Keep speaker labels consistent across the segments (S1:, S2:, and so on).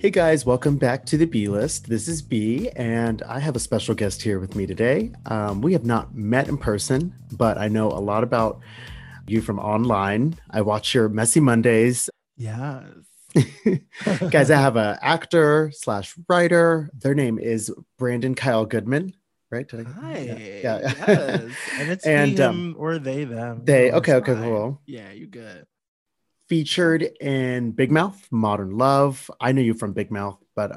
S1: Hey guys, welcome back to the B List. This is B, and I have a special guest here with me today. Um, we have not met in person, but I know a lot about you from online. I watch your Messy Mondays.
S2: Yes.
S1: guys, I have a actor slash writer. Their name is Brandon Kyle Goodman, right? Did I-
S2: Hi.
S1: Yeah, yeah.
S2: Yes. And it's
S1: And,
S2: he,
S1: um,
S2: him, or they, them.
S1: they-
S2: So it's
S1: okay, okay,
S2: fine.
S1: cool.
S2: Yeah, you good.
S1: Featured in Big Mouth, Modern Love. I know you from Big Mouth, but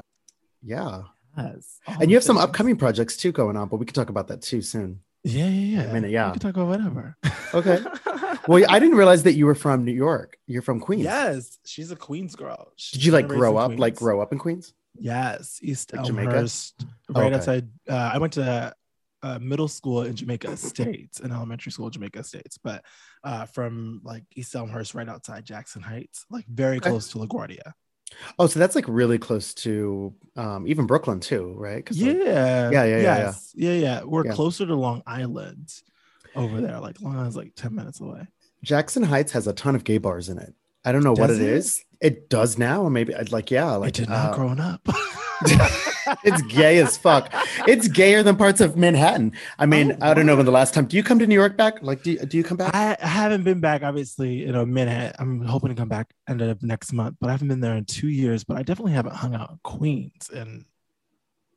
S1: yeah.
S2: Yes. Oh,
S1: And you have some
S2: goodness.
S1: upcoming projects too going on, but we can talk about that too soon.
S2: Yeah, yeah, yeah.
S1: minute, yeah.
S2: We can talk about whatever.
S1: Okay. Well, I didn't realize that you were from New York. You're from Queens.
S2: Yes, she's a Queens girl.
S1: Did
S2: She's
S1: you like
S2: born and
S1: grow
S2: raised
S1: up,
S2: in
S1: like
S2: Queens.
S1: grow up in Queens?
S2: Yes, East
S1: Like Jamaica?
S2: Elmhurst,
S1: Oh,
S2: right
S1: okay.
S2: outside. Uh, I went to uh, middle school in Jamaica States and elementary school in Jamaica States, but uh, from like East Elmhurst, right outside Jackson Heights, like very
S1: Okay.
S2: close to LaGuardia.
S1: Oh, so that's like really close to um, even Brooklyn too, right? 'Cause, like,
S2: Yeah.
S1: Yeah, yeah, yeah, yeah.
S2: yes. yeah. Yeah, We're
S1: Yeah.
S2: closer to Long Island over there. Like Long Island's like 10 minutes away.
S1: Jackson Heights has a ton of gay bars in it. I don't know what
S2: Does
S1: it
S2: it?
S1: is. It does now, or maybe I'd like yeah,
S2: Like,
S1: like
S2: I did not
S1: uh,
S2: growing up.
S1: It's gay as fuck. It's gayer than parts of Manhattan. I mean,
S2: Oh,
S1: I don't know when the last time. Do you come to New York back? Like, do you, do you come back?
S2: I I haven't been back, obviously, in a minute. I'm hoping to come back end of next month, but I haven't been there in two years. But I definitely haven't hung out in Queens in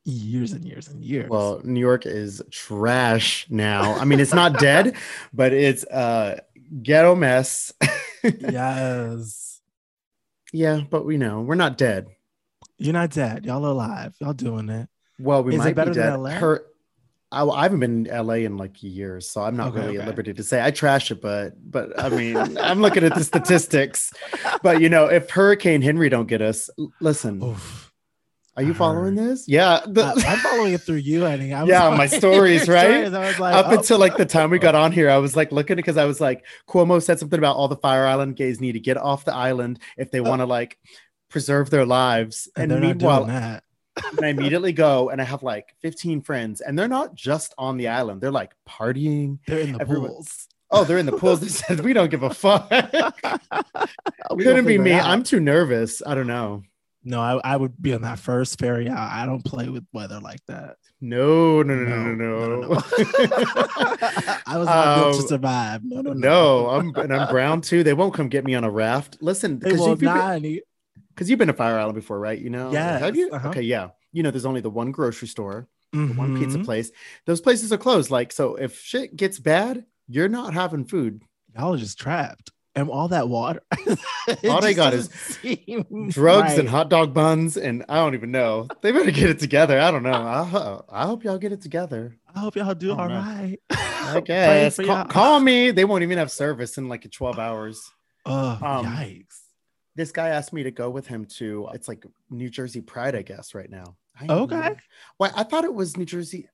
S2: years and years and years.
S1: Well, New York is trash now. I mean, it's not dead, but it's uh, ghetto mess.
S2: yes.
S1: Yeah, but we know we're not dead.
S2: You're not dead. Y'all are alive. Y'all doing it.
S1: Well, we
S2: Is it
S1: might
S2: better
S1: be
S2: than
S1: dead.
S2: LA?
S1: Her, I, I haven't been in LA in like years, so I'm not
S2: Okay,
S1: really at
S2: okay.
S1: liberty to say. I trash it, but but I mean, I'm looking at the statistics. But you know, if Hurricane Henry don't get us, l- listen,
S2: Oof.
S1: are you
S2: I
S1: following
S2: heard.
S1: this? Yeah, Mm. the-
S2: Oh, I, am following it through you, I think. I was
S1: Yeah, my
S2: following your
S1: stories, right?
S2: I was like,
S1: up
S2: oh.
S1: until like the time we got on here, I was like looking because I was like Cuomo said something about all the Fire Island gays need to get off the island if they want to like preserve their lives.
S2: Oh. and,
S1: And,
S2: they're
S1: meanwhile,
S2: not doing that.
S1: and I immediately go and I have like 15 friends, and they're not just on the island, they're like partying.
S2: They're in the
S1: everyone-
S2: pools.
S1: Oh, they're in the pools. They said, We don't give a fuck.
S2: We gonna
S1: Couldn't be
S2: figure it
S1: me.
S2: out.
S1: I'm too nervous. I don't know.
S2: no, I, I would be on that first ferry out. I don't play with weather like that.
S1: No, no, no, no, no,
S2: no,
S1: no.
S2: no. I was not built
S1: Um,
S2: to survive. No, no, no.
S1: No, I'm and I'm brown too. They won't come get me on a raft. Listen,
S2: They
S1: because
S2: will
S1: you've, been-
S2: not. Any,
S1: 'cause you've been to Fire Island before, right? You know, Yeah. have
S2: Yes,
S1: you?
S2: uh-huh.
S1: Okay, yeah. You know, there's only the one grocery store, the one pizza
S2: Mhm.
S1: place. Those places are closed. Like, so if shit gets bad, you're not having food.
S2: mm-hmm. Y'all are just trapped. And all that water.
S1: All they got is drugs and hot dog buns and I don't even know. They better get it together. I don't know. I, ho- I hope y'all get it together.
S2: I hope y'all do
S1: I don't
S2: all
S1: know.
S2: right.
S1: Oh, I
S2: Praying
S1: guess
S2: for
S1: Ca-
S2: y'all.
S1: call, me. They won't even have service in like 12 hours.
S2: Ugh,
S1: Um,
S2: Oh, yikes.
S1: This guy asked me to go with him to it's like New Jersey Pride, I guess, right now. I don't
S2: Okay.
S1: know. Well, I thought it was New Jersey.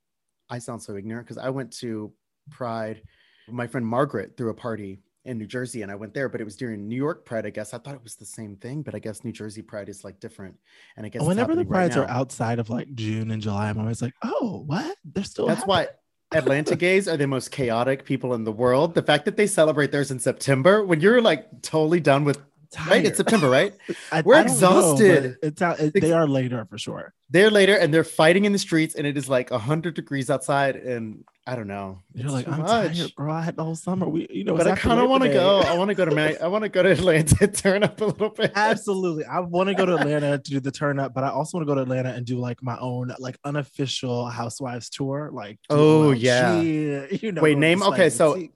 S1: I sound so ignorant because I went to Pride. My friend Margaret threw a party in New Jersey and I went there, but it was during New York Pride, I guess. I thought it was the same thing, but I guess New Jersey Pride is like different. And I guess it's
S2: Whenever the
S1: happening right
S2: prides are
S1: now.
S2: outside of like June and July, I'm always like, oh, what? They're still.
S1: That's why Atlanta gays are the most chaotic people in the world. The fact that they celebrate theirs in September, when you're like totally done with
S2: happening.
S1: right, it's
S2: Tired.
S1: September, right?
S2: I-
S1: We're
S2: I don't know, but
S1: exhausted.
S2: it's out, it, they are later for sure.
S1: They're later and they're fighting in the streets, and it is like hundred degrees outside, and I don't know.
S2: You're
S1: It's
S2: like,
S1: too
S2: I'm
S1: much."
S2: tired, girl. I had the whole summer. We, you know,
S1: But I kind of want to go. I want to go to my. I want to go to Atlanta. Turn up a little bit.
S2: Absolutely, I want to go to Atlanta to do the turn up, but I also want to go to Atlanta and do like my own like unofficial Housewives tour. Like, do
S1: Oh,
S2: OLG,
S1: yeah.
S2: you know.
S1: Wait, name-
S2: just,
S1: okay, so-
S2: see-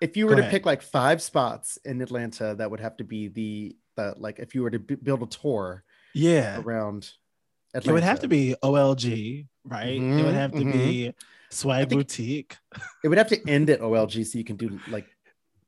S1: If you
S2: Go
S1: were to
S2: ahead.
S1: pick like five spots in Atlanta, that would have to be the the like. If you were to b- build a tour
S2: yeah,
S1: around,
S2: It would have to be OLG, right? It would
S1: Mhm,
S2: have to be Swag
S1: I think-
S2: Boutique.
S1: It would have to end at OLG so you can do like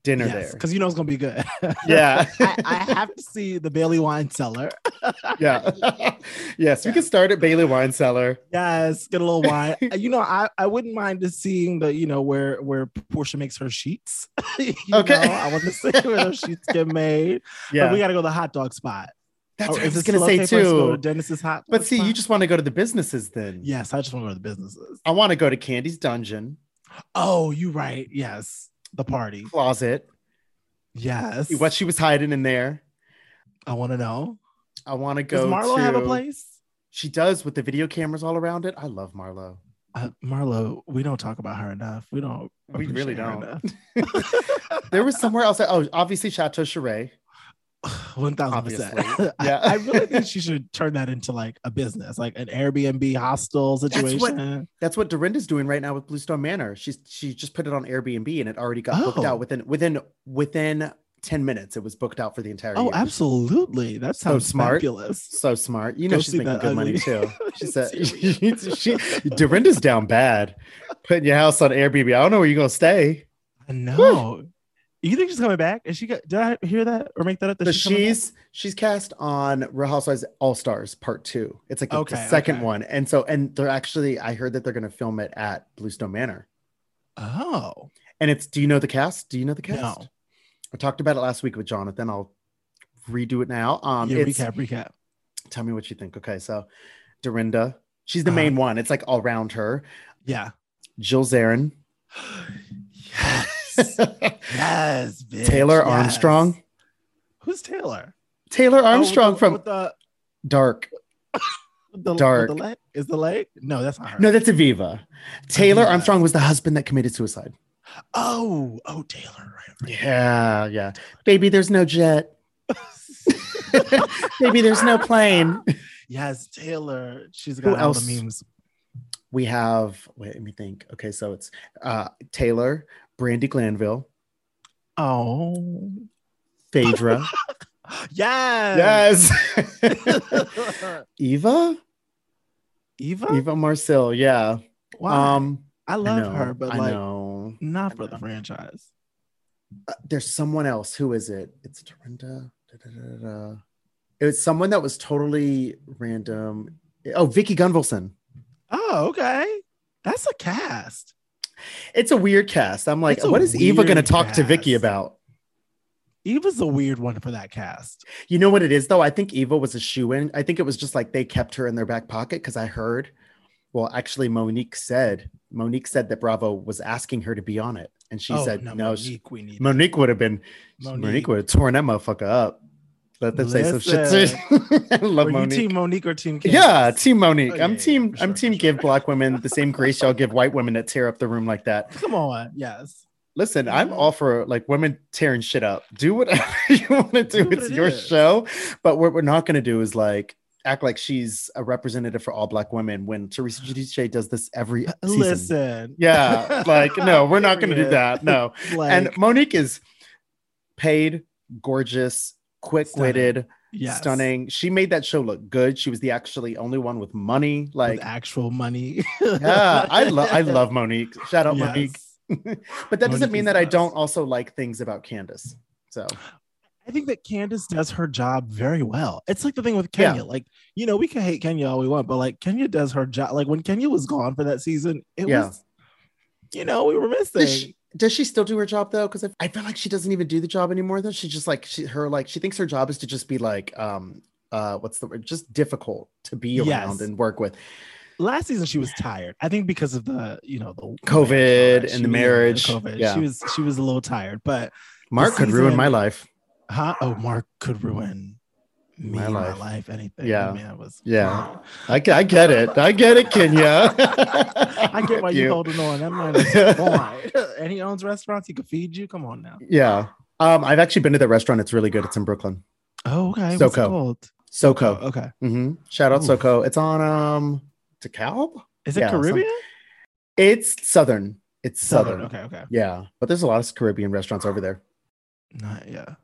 S1: dinner there.
S2: because you know it's gonna be good.
S1: Yeah.
S2: I, I have to see the Bailey Wine Cellar.
S1: yeah. yes, we can start at Bailey Wine Cellar.
S2: Yes, get a little wine. you know, I, I wouldn't mind to seeing the you know where where Portia makes her sheets. You
S1: Okay.
S2: know, I want to see where those sheets get made.
S1: Yeah.
S2: but we gotta go to the hot dog spot.
S1: That's
S2: Or
S1: what I
S2: is
S1: was
S2: this
S1: going to say
S2: okay for us to go to
S1: too.
S2: Dennis's hot.
S1: But
S2: dog
S1: see, you
S2: spot?
S1: just want to go to the businesses then.
S2: yes, I just want to go to the businesses.
S1: I want to go to Candy's Dungeon,
S2: Oh, you right. Yes, the party.
S1: Closet,
S2: Yes,
S1: see what she was hiding in there.
S2: I want to know.
S1: I want to
S2: Does
S1: go
S2: Marlo have a
S1: to-
S2: place?
S1: She does with the video cameras all around it. I love Marlo.
S2: Uh, Marlo, we don't talk about her enough. We don't.
S1: We really
S2: appreciate her
S1: don't.
S2: enough.
S1: There was somewhere else. I- oh, obviously Chateau Charest.
S2: One thousand
S1: Obviously.
S2: percent.
S1: Yeah.
S2: Yeah, I really think she should turn that into like a business, like an Airbnb hostel situation.
S1: That's what Dorinda's doing right now with Bluestone Manor. She's she just put it on Airbnb and it already got booked
S2: Oh.
S1: out within within within 10 minutes. It was booked out for the entire
S2: oh,
S1: year.
S2: absolutely. That
S1: So
S2: sounds
S1: smart.
S2: fabulous.
S1: So smart. You know
S2: Go
S1: she's
S2: see
S1: making
S2: that
S1: good money
S2: ugly-
S1: too. She said
S2: Seriously.
S1: she, Dorinda's down bad. Putting your house on Airbnb. I don't know where you're gonna stay.
S2: I know. You think she's coming back? Is she? Got, did I hear that or make that up? that
S1: But
S2: coming back?
S1: she's she's cast on Real Housewives All Stars Part Two. It's like the, the
S2: Okay,
S1: second
S2: okay.
S1: one, and so and they're actually I heard that they're gonna film it at Bluestone Manor.
S2: Oh,
S1: And it's do you know the cast? Do you know the cast?
S2: No.
S1: I talked about it last week with Jonathan. I'll redo it now. Um,
S2: yeah.
S1: it's-
S2: Recap, recap.
S1: Tell me what you think. Okay, so Dorinda, she's the
S2: Uh-huh.
S1: main one. It's like all around her.
S2: Yeah.
S1: Jill Zarin,
S2: yes. Yes. bitch,
S1: Taylor
S2: yes.
S1: Armstrong,
S2: Who's Taylor?
S1: Taylor Armstrong
S2: oh, with the-
S1: from
S2: with the,
S1: Dark.
S2: with the, with
S1: Dark.
S2: The leg? Is the leg? No, that's not her.
S1: No, that's Aviva. Taylor
S2: Aviva.
S1: Armstrong was the husband that committed suicide.
S2: Oh, oh, Taylor. Right, right.
S1: Yeah, yeah. Baby, there's no jet. Baby, there's no plane.
S2: yes, Taylor. She's
S1: Who
S2: got all
S1: else?
S2: the memes.
S1: We have. Wait, let me think. Okay, so it's uh, Taylor, Brandy Glanville,
S2: Oh,
S1: Phaedra.
S2: yes.
S1: yes. Eva?
S2: Eva.
S1: Eva Marcel, yeah.
S2: Wow.
S1: Um
S2: I
S1: I
S2: love
S1: know,
S2: her, but
S1: I
S2: like
S1: know.
S2: not
S1: I
S2: for the
S1: know.
S2: franchise.
S1: Uh, there's someone else. Who is it? It's Dorinda. da, da, da, da, da. It was someone that was totally random. Oh, Vicky Gunvalson.
S2: Oh, okay. That's a cast.
S1: It's a weird cast. I'm like,
S2: It's a
S1: what is Eva gonna
S2: weird
S1: talk to Vicky
S2: cast.
S1: about?
S2: Eva's a weird one for that cast.
S1: You know what it is though? I think Eva was a shoe in. I think it was just like they kept her in their back pocket because I heard. Well, actually, Monique said Monique said that Bravo was asking her to be on it, and she
S2: oh,
S1: said no.
S2: no,
S1: she-
S2: Monique, we need
S1: Monique would have been Monique,
S2: Monique.
S1: would have torn that motherfucker up. Let them say
S2: Listen.
S1: some shit. I love
S2: Were you
S1: Monique.
S2: team Monique or team? Candace?
S1: yeah, team Monique.
S2: Oh,
S1: I'm
S2: yeah, yeah,
S1: team.
S2: for sure,
S1: I'm team.
S2: for sure.
S1: Give black women the same grace y'all give white women that tear up the room like that.
S2: Come on. Yes.
S1: Listen, I'm
S2: Mhm.
S1: all for like women tearing shit up. Do whatever you want to do.
S2: Do what
S1: It's
S2: it
S1: your
S2: is.
S1: show. But what we're not going to do is like act like she's a representative for all black women when Teresa Giudice does this every season.
S2: Uh, Listen.
S1: Yeah, like no, we're not going to do
S2: Period.
S1: that. No.
S2: Like,
S1: and Monique is paid, gorgeous, quick-witted,
S2: yes,
S1: stunning. She made that show look good. She was the actually only one with money. Like,
S2: with actual money.
S1: yeah, I love I love Monique. Shout out Monique.
S2: Yes.
S1: But that doesn't
S2: Monique
S1: mean
S2: is
S1: that
S2: the
S1: I
S2: best.
S1: don't also like things about Candace. So
S2: I think that Candace does her job very well. It's like the thing with Kenya. Like, you know, we can hate Kenya all we want, but like Kenya does her job. Like when Kenya was gone for that season, it
S1: Yeah.
S2: was, you know, we were missing.
S1: does she, does she still do her job though? Because I, I feel like she doesn't even do the job anymore. Though she just like she her like she thinks her job is to just be like um uh what's the word just difficult to be around
S2: Yes.
S1: and work with.
S2: Last season she was tired. I think because of the, you know, the
S1: COVID
S2: marriage, all that.
S1: and the
S2: She- yeah,
S1: marriage.
S2: COVID.
S1: Yeah.
S2: She was she was a little tired, but
S1: Mark could ruin
S2: season-
S1: my life.
S2: huh? Oh, Mark could ruin me,
S1: My
S2: my life,
S1: life.
S2: anything.
S1: Yeah.
S2: I mean, I was
S1: Yeah. I, ge- I get it. I get it, Kenya.
S2: I get why
S1: With
S2: you're holding on. That man is fine. and he owns restaurants. He could feed you. Come on now.
S1: Yeah. Um, I've actually been to that restaurant. It's really good. It's in Brooklyn.
S2: Oh, okay. What's it
S1: SoCo.
S2: called?
S1: SoCo.
S2: Oh, okay.
S1: hmm Shout out
S2: Oof.
S1: SoCo. It's on um DeKalb.
S2: Is it
S1: Yeah, some-
S2: Caribbean?
S1: It's southern. It's southern.
S2: Southern. Okay. Okay.
S1: Yeah, but there's a lot of Caribbean restaurants over there.
S2: Not yeah.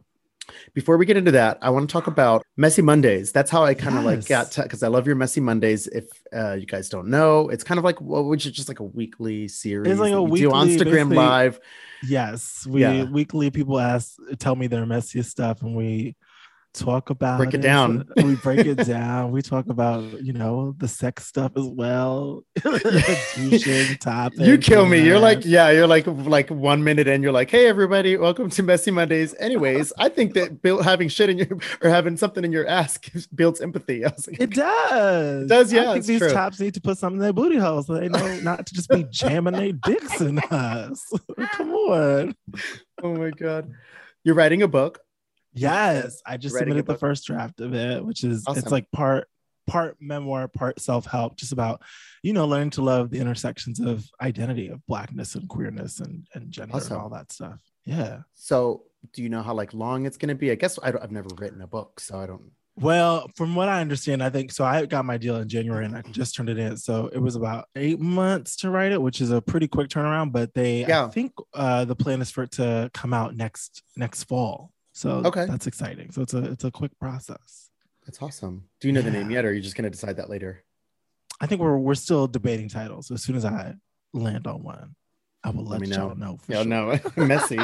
S1: Before we get into that, I want to talk about Messy Mondays. That's how I kind of like
S2: Yes.
S1: got to because I love your Messy Mondays. If uh, you guys don't know, it's kind of like what would you just like a weekly series
S2: like
S1: that
S2: a
S1: you do on
S2: weekly,
S1: Instagram
S2: basically-
S1: Live.
S2: Yes, we
S1: Yeah.
S2: weekly people ask, tell me their messiest stuff, and we talk about
S1: Break it down.
S2: We break it down. We talk about you know the sex stuff as well. Douching topics.
S1: You kill me. You're
S2: and-
S1: like, yeah, you're like like one minute and you're like, hey everybody, welcome to Messy Mondays. Anyways, I think that built having shit in your or having something in your ass gives- builds empathy. I was like,
S2: It does.
S1: It does, yeah,
S2: I think
S1: it's
S2: these
S1: true.
S2: tops need to put something in their booty holes so they know not to just be jamming their dicks in us. Come on.
S1: oh my god. You're writing a book.
S2: Yes, I just
S1: Writing a
S2: submitted the
S1: book.
S2: first draft of it, which is
S1: Awesome.
S2: it's like part part memoir, part self help, just about you know learning to love the intersections of identity, of blackness and queerness and and gender
S1: Awesome.
S2: and all that stuff. Yeah.
S1: So do you know how like long it's gonna be? I guess I don't, I've never written a book, so I don't
S2: Well, from what I understand, I think so. I got my deal in January and I just turned it in. So it was about eight months to write it, which is a pretty quick turnaround. But they,
S1: Yeah.
S2: I think uh, the plan is for it to come out next next fall. So
S1: Okay.
S2: that's exciting. So it's a it's a quick process.
S1: that's awesome. Do you know the name
S2: Yeah.
S1: yet, or are you just gonna decide that later?
S2: I think we're we're still debating titles. As soon as I land on one, I will
S1: Let
S2: let,
S1: me
S2: y'all know. for
S1: Yeah,
S2: sure.
S1: no, messy.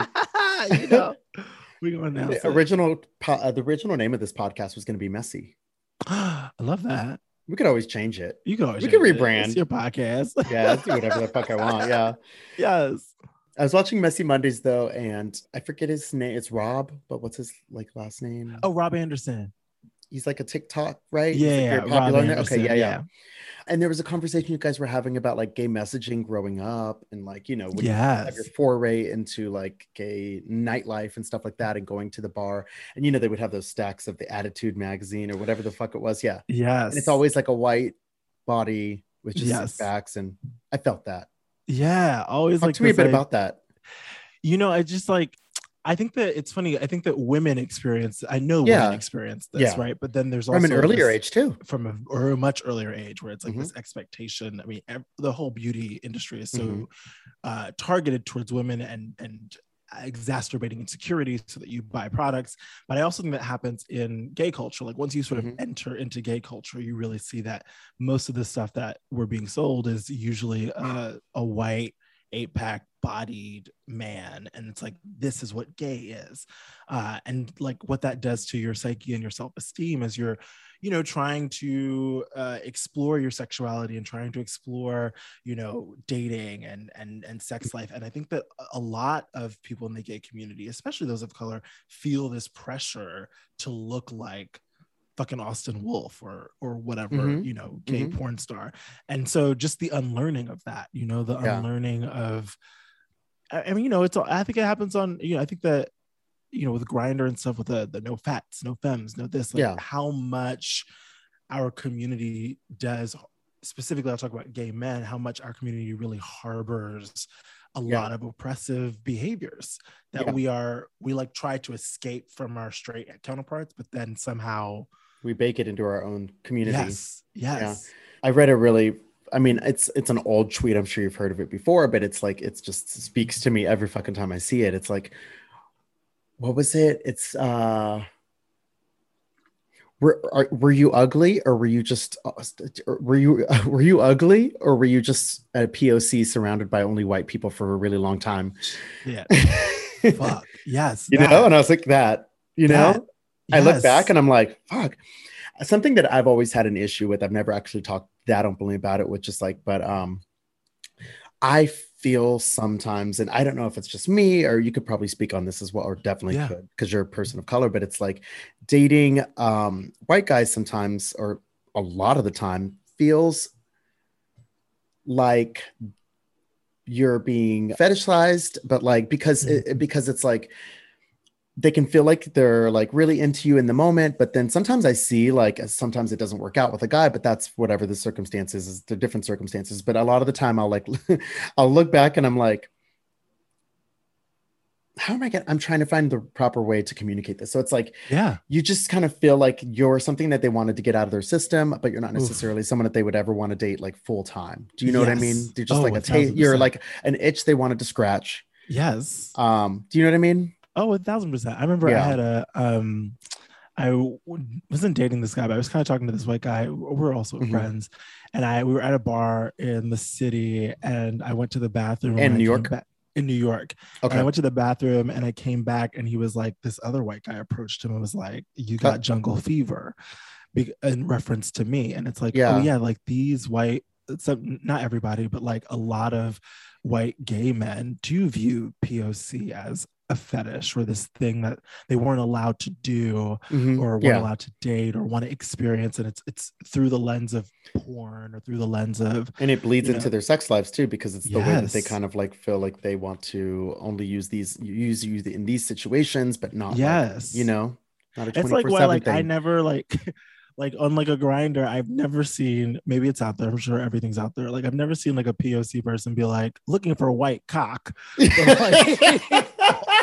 S2: you know, we gonna announce
S1: The
S2: it.
S1: original po- uh, the original name of this podcast was gonna be messy.
S2: I love that.
S1: We could always change it.
S2: You can always
S1: We can
S2: change it.
S1: rebrand.
S2: It's your podcast.
S1: Yeah, I'll do whatever the fuck I want. Yeah.
S2: yes.
S1: I was watching Messy Mondays though, and I forget his name. It's Rob, but what's his like last name?
S2: Oh, Rob Anderson.
S1: he's like a TikTok, right? He's,
S2: Yeah,
S1: like,
S2: yeah,
S1: very
S2: Rob
S1: popular on there. Okay,
S2: Anderson,
S1: yeah, yeah,
S2: yeah.
S1: And there was a conversation you guys were having about like gay messaging growing up, and like you know, when you have
S2: Yes.
S1: your foray into like gay nightlife and stuff like that, and going to the bar, and you know, they would have those stacks of the Attitude magazine or whatever the fuck it was. Yeah,
S2: Yes.
S1: and it's always like a white body with just
S2: Yes.
S1: stacks, and I felt that.
S2: yeah, always
S1: Talk
S2: like
S1: to me a
S2: this,
S1: bit
S2: like-
S1: about that.
S2: you know, I just like I think that it's funny. I think that women experience I know
S1: Yeah.
S2: women experience this,
S1: Yeah.
S2: right? But then there's also
S1: From an earlier
S2: this-
S1: age too.
S2: from a, or a much earlier age where it's like this expectation. I mean, ev- the whole beauty industry is so
S1: Mhm.
S2: uh, targeted towards women and and exacerbating insecurities so that you buy products. But I also think that happens in gay culture. Like once you sort
S1: Mhm.
S2: of enter into gay culture, you really see that most of the stuff that we're being sold is usually uh, a white eight pack bodied man and it's like this is what gay is uh, and like what that does to your psyche and your self-esteem is you're you know trying to uh, explore your sexuality and trying to explore you know dating and and and sex life and i think that a- a lot of people in the gay community especially those of color feel this pressure to look like fucking austin wolf or or whatever
S1: Mhm.
S2: you know gay
S1: Mhm.
S2: porn star and so just the unlearning of that you know the
S1: Yeah.
S2: unlearning of I, I mean you know it's all- i think it happens on you know i think that you know with grinder and stuff with the, the no fats no femmes no this like
S1: Yeah.
S2: how much our community does specifically i'll talk about gay men how much our community really harbors a
S1: Yeah.
S2: lot of oppressive behaviors that
S1: Yeah.
S2: we are we like try to escape from our straight counterparts but then somehow
S1: We bake it into our own community.
S2: yes yes
S1: I read a really I mean it's it's an old tweet I'm sure you've heard of it before but it's like it's just speaks to me every fucking time I see it it's like what was it it's uh were, are, were you ugly or were you just uh, were you were you ugly or were you just a POC surrounded by only white people for a really long time
S2: yeah,
S1: you
S2: fuck yes
S1: know and I was like that you know
S2: That.
S1: I look back and I'm like, fuck. Something that I've always had an issue with, I've never actually talked that openly about it, which is like, but um I feel sometimes, and I don't know if it's just me, or you could probably speak on this as well, or definitely
S2: Yeah.
S1: could, because you're a person of color, but it's like dating um white guys sometimes, or a lot of the time, feels like you're being fetishized, but like because it, because it's like they can feel like they're like really into you in the moment, but then sometimes I see like sometimes it doesn't work out with a guy, but that's whatever the circumstances is. They're different circumstances, but a lot of the time I'll like I'll look back and I'm like, how am I gonna? I'm trying to find the proper way to communicate this. So it's like
S2: yeah
S1: you just kind of feel like you're something that they wanted to get out of their system, but you're not
S2: Oof.
S1: necessarily someone that they would ever want to date like full time. Do you know what I mean?
S2: Yes.
S1: You're just
S2: Oh,
S1: like a
S2: 1000%.
S1: ta- you're like an itch they wanted to scratch.
S2: yes
S1: Um, do you know what I mean?
S2: Oh, a thousand percent. I remember
S1: Yeah.
S2: I had a um I w- wasn't dating this guy, but I was kind of talking to this white guy. We're also
S1: Mhm.
S2: friends, and I we were at a bar in the city, and I went to the bathroom
S1: In
S2: and I
S1: New
S2: came
S1: York?
S2: ba- in New York, and I
S1: Okay.
S2: went to the bathroom, and I came back, and he was like, this other white guy approached him and was like, "You got
S1: Uh.
S2: jungle fever," be- in reference to me, and it's like,
S1: Yeah.
S2: oh yeah, like these white, so not everybody, but like a lot of white gay men do view POC as a fetish or this thing that they weren't allowed to do
S1: Mhm.
S2: or weren't
S1: Yeah.
S2: allowed to date or want to experience and it's it's through the lens of porn or through the lens of
S1: And it bleeds
S2: you
S1: into
S2: know.
S1: their sex lives too, because it's the way that they
S2: Yes.
S1: kind of like feel like they want to only use these, use you in these situations, but not, like,
S2: yes
S1: Uh, you know, not a 24
S2: it's like why like i
S1: thing.
S2: never like like on like a grinder i've never seen maybe it's out there i'm sure everything's out there like i've never seen like a poc person be like looking for a white cock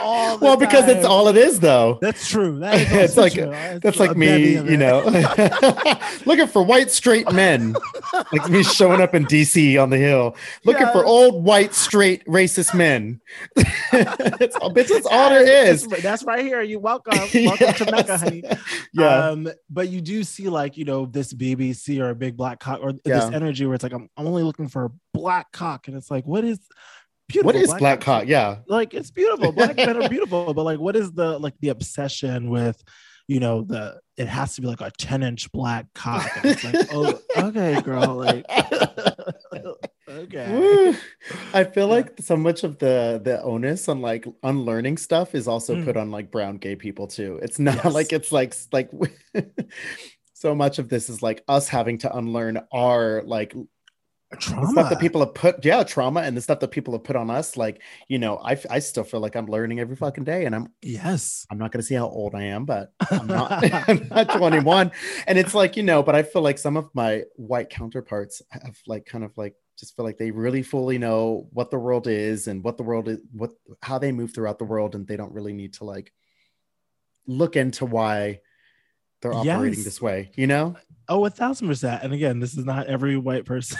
S2: all the
S1: well, because that's
S2: time.
S1: all it is, though.
S2: that's true that is
S1: It's
S2: also
S1: like-
S2: true.
S1: That's
S2: a
S1: like
S2: bevy
S1: me,
S2: of
S1: you
S2: it.
S1: know, looking for white straight men, like me showing up in DC on the hill, looking for
S2: Yes.
S1: old white straight racist men. it's all, bitch, that's all there
S2: Yes,
S1: is.
S2: that's- That's right here. You welcome. Welcome to Mecca,
S1: Yes.
S2: honey.
S1: Yeah,
S2: Um, but you do see like, you know, this BBC or a big black cock or
S1: Yeah.
S2: this energy where it's like, I'm, I'm only looking for a black cock. And it's like, what is beautiful?
S1: what is black
S2: cock?
S1: cock? Yeah,
S2: like it's beautiful black men are beautiful but like what is the like the obsession with you know the it has to be like a 10 inch black cock And it's like oh okay girl like okay
S1: Woo. I feel
S2: Yeah.
S1: like so much of the the onus on like unlearning stuff is also
S2: Mm.
S1: put on like brown gay people too. It's not
S2: Yes.
S1: like it's like s- like so much of this is like us having to unlearn our like the stuff
S2: trauma
S1: that people have put yeah trauma and the stuff that people have put on us. Like you know, I f- I still feel like I'm learning every fucking day, and I'm
S2: yes
S1: I'm not going to see how old I am, but I'm not, I'm not 21. And it's like, you know, but I feel like some of my white counterparts have like kind of like just feel like they really fully know what the world is and what the world is, what how they move throughout the world, and they don't really need to like look into why they're operating
S2: Yes.
S1: this way, you know?
S2: oh a thousand percent and again this is not every white person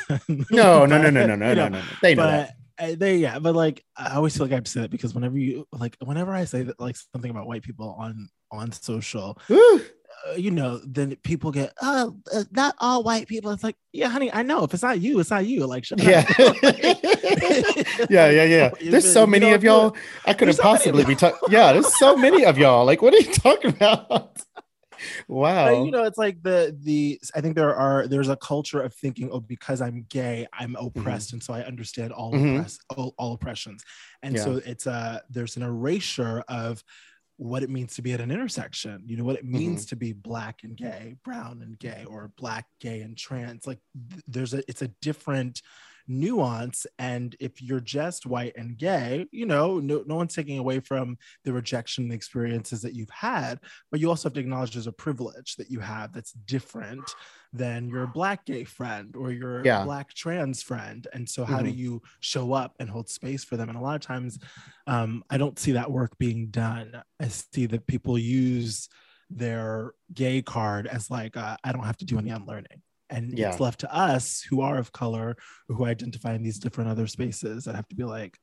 S1: No, no, no, no,
S2: But,
S1: no, no,
S2: you
S1: no, no.
S2: know,
S1: no. They know that.
S2: but I, they yeah but like i always feel like i've said it because whenever you like whenever i say that like something about white people on on social
S1: Woo!
S2: uh, you know, then people get, oh, uh, not all white people. It's like, yeah, honey, I know. If it's not you, it's not you. Like, shut
S1: Yeah.
S2: up.
S1: yeah, yeah, yeah. There's so many of y'all. I couldn't
S2: There's so many of
S1: possibly be talking. Yeah, there's so many of y'all. Like, what are you talking about?
S2: But,
S1: Wow.
S2: you know, it's like the the. I think there are there's a culture of thinking, oh, because I'm gay, I'm
S1: Mm-hmm.
S2: oppressed, and so I understand all
S1: Mhm.
S2: oppress all, all oppressions, and
S1: Yeah.
S2: so it's a there's an erasure of what it means to be at an intersection. You know what it means
S1: Mm-hmm.
S2: to be black and gay, brown and gay, or black, gay and trans. Like th- there's a it's a different nuance and if you're just white and gay you know no, no one's taking away from the rejection and the experiences that you've had but you also have to acknowledge there's a privilege that you have that's different than your black gay friend or your
S1: Yeah.
S2: black trans friend and so how do
S1: Mhm.
S2: you show up and hold space for them and a lot of times um, i don't see that work being done i see that people use their gay card as like uh, i don't have to do any unlearning and
S1: Yeah.
S2: it's left to us who are of color who identify in these different other spaces that have to be like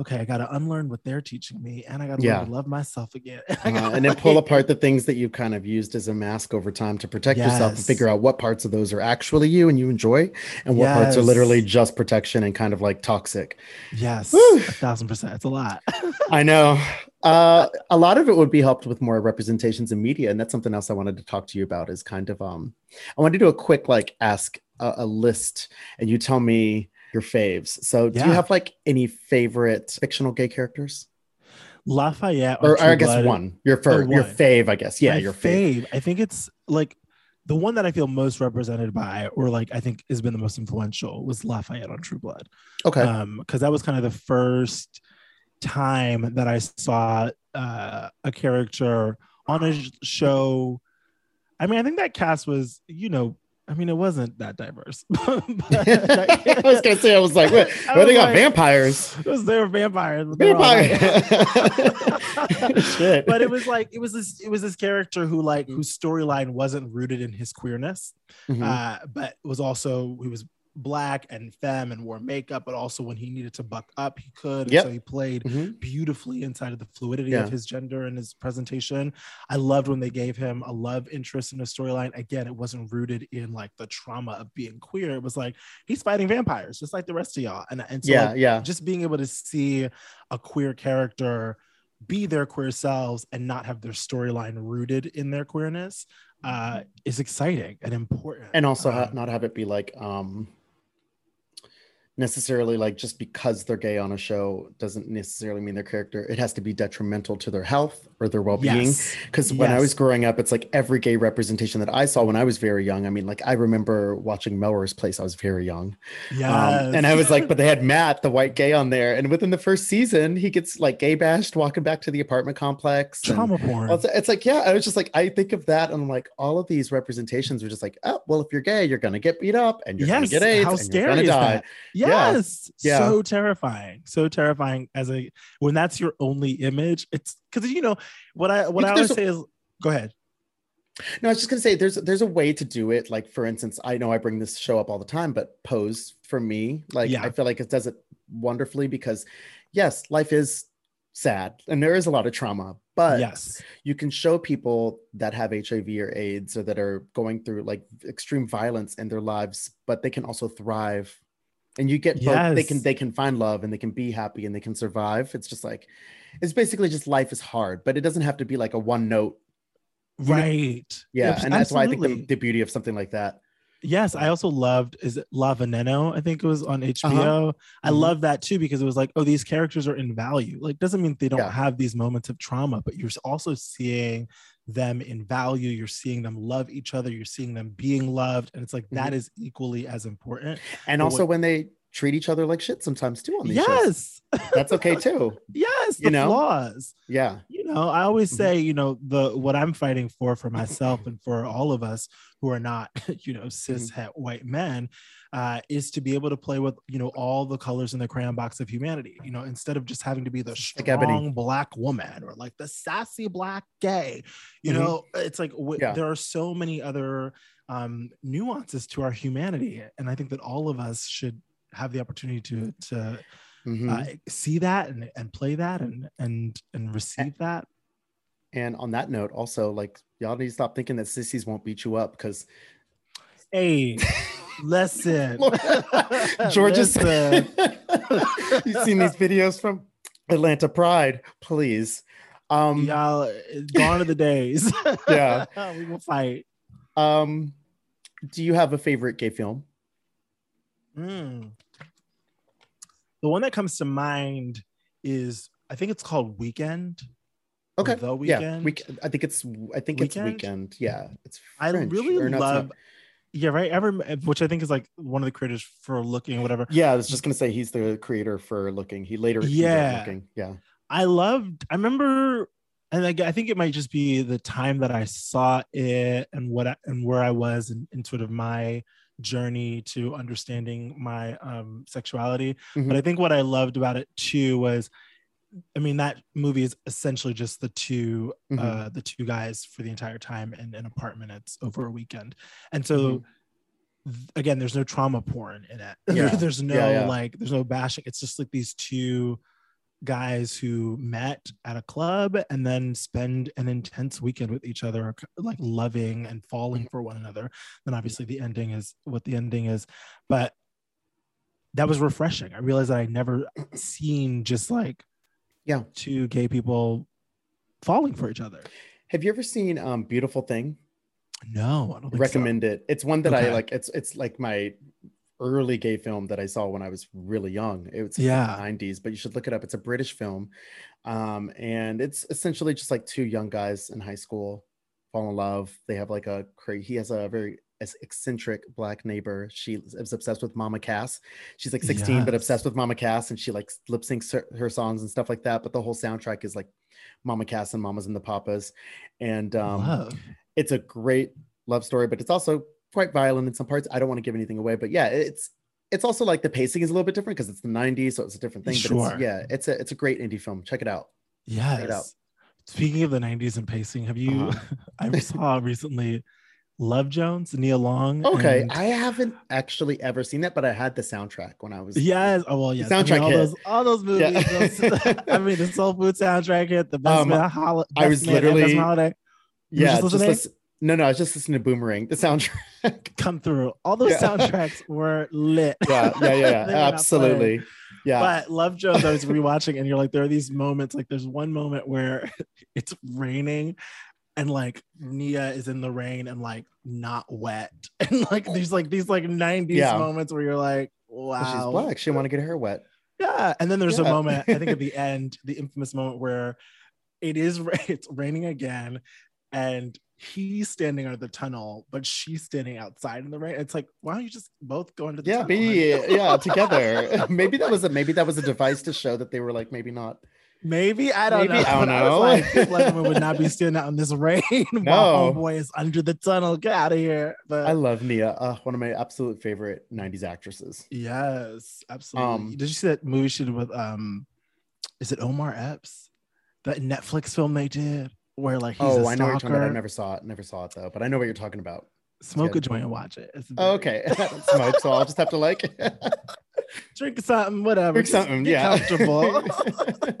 S2: okay i gotta unlearn what they're teaching me and i gotta
S1: Yeah.
S2: learn to love myself again I
S1: Uh,
S2: gotta,
S1: and then pull
S2: like-
S1: apart the things that you've kind of used as a mask over time to protect yourself and
S2: Yes.
S1: figure out what parts of those are actually you and you enjoy, and what parts are literally
S2: Yes.
S1: just protection and kind of like toxic.
S2: Yes,
S1: Woo.
S2: a thousand percent. It's a lot.
S1: I know. Uh, a lot of it would be helped with more representations in media, and that's something else I wanted to talk to you about. Is kind of um, I wanted to do a quick like ask uh, a, a list, and you tell me your faves. So, do you
S2: Yeah.
S1: have like any favorite fictional gay characters,
S2: Lafayette, on
S1: or, or I
S2: True
S1: guess
S2: Blood-
S1: one your fir-
S2: Oh,
S1: your
S2: one.
S1: fave? I guess yeah,
S2: my
S1: your fave.
S2: I think it's like the one that I feel most represented by, or like I think has been the most influential, was Lafayette on True Blood.
S1: Okay,
S2: Um, because that was kind of the first time that I saw uh, a character on a sh- show. I mean, I think that cast was, you know, I mean, it wasn't that diverse. But-
S1: I was gonna say I was like, what?
S2: I
S1: Where they
S2: was
S1: got
S2: like,
S1: vampires?
S2: It was their vampires. but they were all
S1: Vampire.
S2: white.
S1: Shit.
S2: but it was like it was this it was this character who like whose storyline wasn't rooted in his queerness
S1: Mhm.
S2: uh but was Uh, also he was black and femme and wore makeup, but also when he needed to buck up, he could. And
S1: Yep.
S2: So he played
S1: Mhm.
S2: beautifully inside of the fluidity
S1: Yeah.
S2: of his gender and his presentation. I loved when they gave him a love interest in a storyline. Again, it wasn't rooted in like the trauma of being queer. It was like he's fighting vampires just like the rest of y'all. And and so
S1: yeah,
S2: like,
S1: yeah,
S2: just being able to see a queer character be their queer selves and not have their storyline rooted in their queerness uh, is exciting and important.
S1: Mm-hmm. and also ha-
S2: Um,
S1: not have it be like um necessarily like just because they're gay on a show doesn't necessarily mean their character. It has to be detrimental to their health or their well-being.
S2: yes.
S1: Because when I
S2: Yes.
S1: was growing up, it's like every gay representation that I saw when I was very young. I mean, like I remember watching Melrose Place. I was very young, um,
S2: Yes.
S1: and I was like, but they had Matt, the white gay, on there, and within the first season, he gets like gay bashed walking back to the apartment complex. and-
S2: trauma porn.
S1: Well, it's, it's like, yeah, I was just like, I think of that, and I'm like, all of these representations were just like, oh, well, if you're gay, you're gonna get beat up, and you're
S2: yes.
S1: gonna get AIDS,
S2: How
S1: and
S2: scary
S1: you're gonna
S2: is
S1: die.
S2: that?
S1: Yeah.
S2: Yes.
S1: Yeah.
S2: So terrifying. So terrifying as a when that's your only image. It's because you know what I what I
S1: Because
S2: always
S1: there's
S2: say is go ahead.
S1: No, I was just gonna say, there's there's a way to do it. Like, for instance, I know I bring this show up all the time, but Pose for me, like,
S2: Yeah.
S1: I feel like it does it wonderfully because, yes, life is sad, and there is a lot of trauma, but
S2: yes.
S1: you can show people that have HIV or AIDS or that are going through like extreme violence in their lives, but they can also thrive. And you get both they
S2: Yes.
S1: can they can find love and they can be happy and they can survive. It's just like it's basically just life is hard, but it doesn't have to be like a one note. know-
S2: Right.
S1: Yeah.
S2: Abs-
S1: and that's why I think the,
S2: absolutely.
S1: the beauty of something like that.
S2: Yes, I also loved is it La Veneno? I think it was
S1: Uh-huh.
S2: on HBO. I
S1: Mhm.
S2: love that too because it was like, oh, these characters are in value. Like, doesn't mean they don't
S1: Yeah.
S2: have these moments of trauma, but you're also seeing them in value. You're seeing them love each other. You're seeing them being loved, and it's like
S1: Mm-hmm.
S2: that is equally as important.
S1: And
S2: But
S1: also when they treat each other like shit sometimes too on these shows.
S2: Yes,
S1: That's okay too.
S2: yes, the
S1: You know?
S2: flaws.
S1: Yeah.
S2: you know i always
S1: Mhm.
S2: say you know the what i'm fighting for for myself and for all of us who are not you know
S1: Mm-hmm.
S2: cis het white men uh, is to be able to play with you know all the colors in the crayon box of humanity you know instead of just having to be the
S1: Like ebony.
S2: strong black woman or like the sassy black gay you
S1: Mhm.
S2: know it's like w-
S1: Yeah.
S2: there are so many other um, nuances to our humanity and i think that all of us should have the opportunity to to
S1: Mhm.
S2: uh, see that and, and play that and and and receive that
S1: and on that note, also like y'all need to stop thinking that sissies won't beat you up because
S2: Hey, listen.
S1: George's.
S2: Listen.
S1: You've seen these videos from Atlanta Pride, please. Um,
S2: Y'all, gone are the days.
S1: Yeah.
S2: we will fight.
S1: um, do you have a favorite gay film?
S2: Mm. The one that comes to mind is I think it's called Weekend. or
S1: Okay.
S2: The
S1: Yeah,
S2: Weekend.
S1: we, I think it's I think it's
S2: Weekend?
S1: weekend. Yeah, it's.
S2: I
S1: French,
S2: really
S1: or no, it's not-
S2: love. Yeah, right. I rem- which I think is like one of the creators for looking or whatever.
S1: Yeah, I was just gonna say he's the creator for Looking. He later. he wrote
S2: Yeah. Uh,
S1: Looking. Yeah.
S2: I loved. I remember, and like, I think it might just be the time that I saw it and what I, and where I was and, and sort of my journey to understanding my um, sexuality.
S1: Mhm.
S2: But I think what I loved about it too was, I mean, that movie is essentially just the 2
S1: Mhm.
S2: uh, the two guys for the entire time in an apartment. It's over a weekend, and so. th- Again, there's no trauma porn in it.
S1: Yeah.
S2: there's no
S1: yeah.
S2: like, there's no bashing. It's just like these two guys who met at a club and then spend an intense weekend with each other like loving and falling for one another
S1: Mm-hmm.
S2: then obviously the ending is what the ending is but that was refreshing i realized that i never seen just like
S1: Yeah.
S2: two gay people falling for each other
S1: Have you ever seen um, Beautiful Thing?
S2: no i don't think so.
S1: recommend it. It's one that I
S2: Okay.
S1: like. It's it's like my early gay film that I saw when I was really young. It was
S2: Yeah.
S1: in the 90s, but you should look it up. It's a British film. Um, and it's essentially just like two young guys in high school fall in love. They have like a cra- he has a very ex- eccentric black neighbor. She is obsessed with Mama Cass. She's like 16 but
S2: Yes.
S1: obsessed with Mama Cass and she like lip syncs her, her songs and stuff like that, but the whole soundtrack is like Mama Cass and Mamas and the Papas. And um
S2: Love.
S1: it's a great love story, but it's also quite violent in some parts. I don't want to give anything away, but yeah, it's it's also like the pacing is a little bit different because it's the 90s, so it's a different thing. But
S2: Sure.
S1: it's, yeah, it's a it's a great indie film. Check it out.
S2: Yes.
S1: out.
S2: Speaking of the 90s and pacing, have you?
S1: Uh-huh.
S2: I saw recently Love Jones, Nia Long.
S1: Okay,
S2: and-
S1: I haven't actually ever seen that, but I had the soundtrack when I was
S2: Yes. Oh well, yes.
S1: soundtrack
S2: all
S1: hit.
S2: those all those movies.
S1: Yeah.
S2: those- I mean, the Soul Food soundtrack hit the best
S1: Um,
S2: man. Hol-
S1: I was literally-
S2: holiday You were
S1: Yeah,
S2: just
S1: just
S2: listening?
S1: listen- no, no, I was just listening to Boomerang, the soundtrack.
S2: come through. All those
S1: Yeah.
S2: soundtracks were lit.
S1: yeah, yeah, yeah,
S2: They were
S1: yeah
S2: not playing.
S1: absolutely. Yeah,
S2: But Love Jones, I was rewatching, and you're like, there are these moments. Like, there's one moment where it's raining, and like Nia is in the rain and like not wet, and like there's like these like '90s
S1: Yeah.
S2: moments where you're like, wow,
S1: she's black. She didn't want to get her hair wet.
S2: Yeah, and then there's
S1: Yeah.
S2: a moment I think at the end, the infamous moment where it is ra- it's raining again, and he's standing under the tunnel, but she's standing outside in the rain. It's like, why don't you just both go under the
S1: Yeah,
S2: tunnel?
S1: be
S2: honey?
S1: yeah together. maybe that was a maybe that was a device to show that they were like maybe not.
S2: Maybe I don't
S1: Maybe,
S2: know.
S1: I don't
S2: But was
S1: know.
S2: like, this black woman would not be standing out in this rain
S1: No.
S2: while homeboy is under the tunnel. Get out of here! But
S1: I love Nia, uh, one of my absolute favorite '90s actresses.
S2: yes, absolutely.
S1: Um,
S2: Did you see that movie she did with um, is it Omar Epps? That Netflix film they did where like he's
S1: oh,
S2: a
S1: I know what you're talking about. I
S2: stalker.
S1: never saw it. Never saw it though, but I know what you're talking about.
S2: smoke
S1: good.
S2: a joint and watch it. It's
S1: Oh,
S2: very-
S1: okay, I don't smoke, so I'll just have to like
S2: drink something, whatever.
S1: drink
S2: Just
S1: something.
S2: Get
S1: Yeah,
S2: comfortable.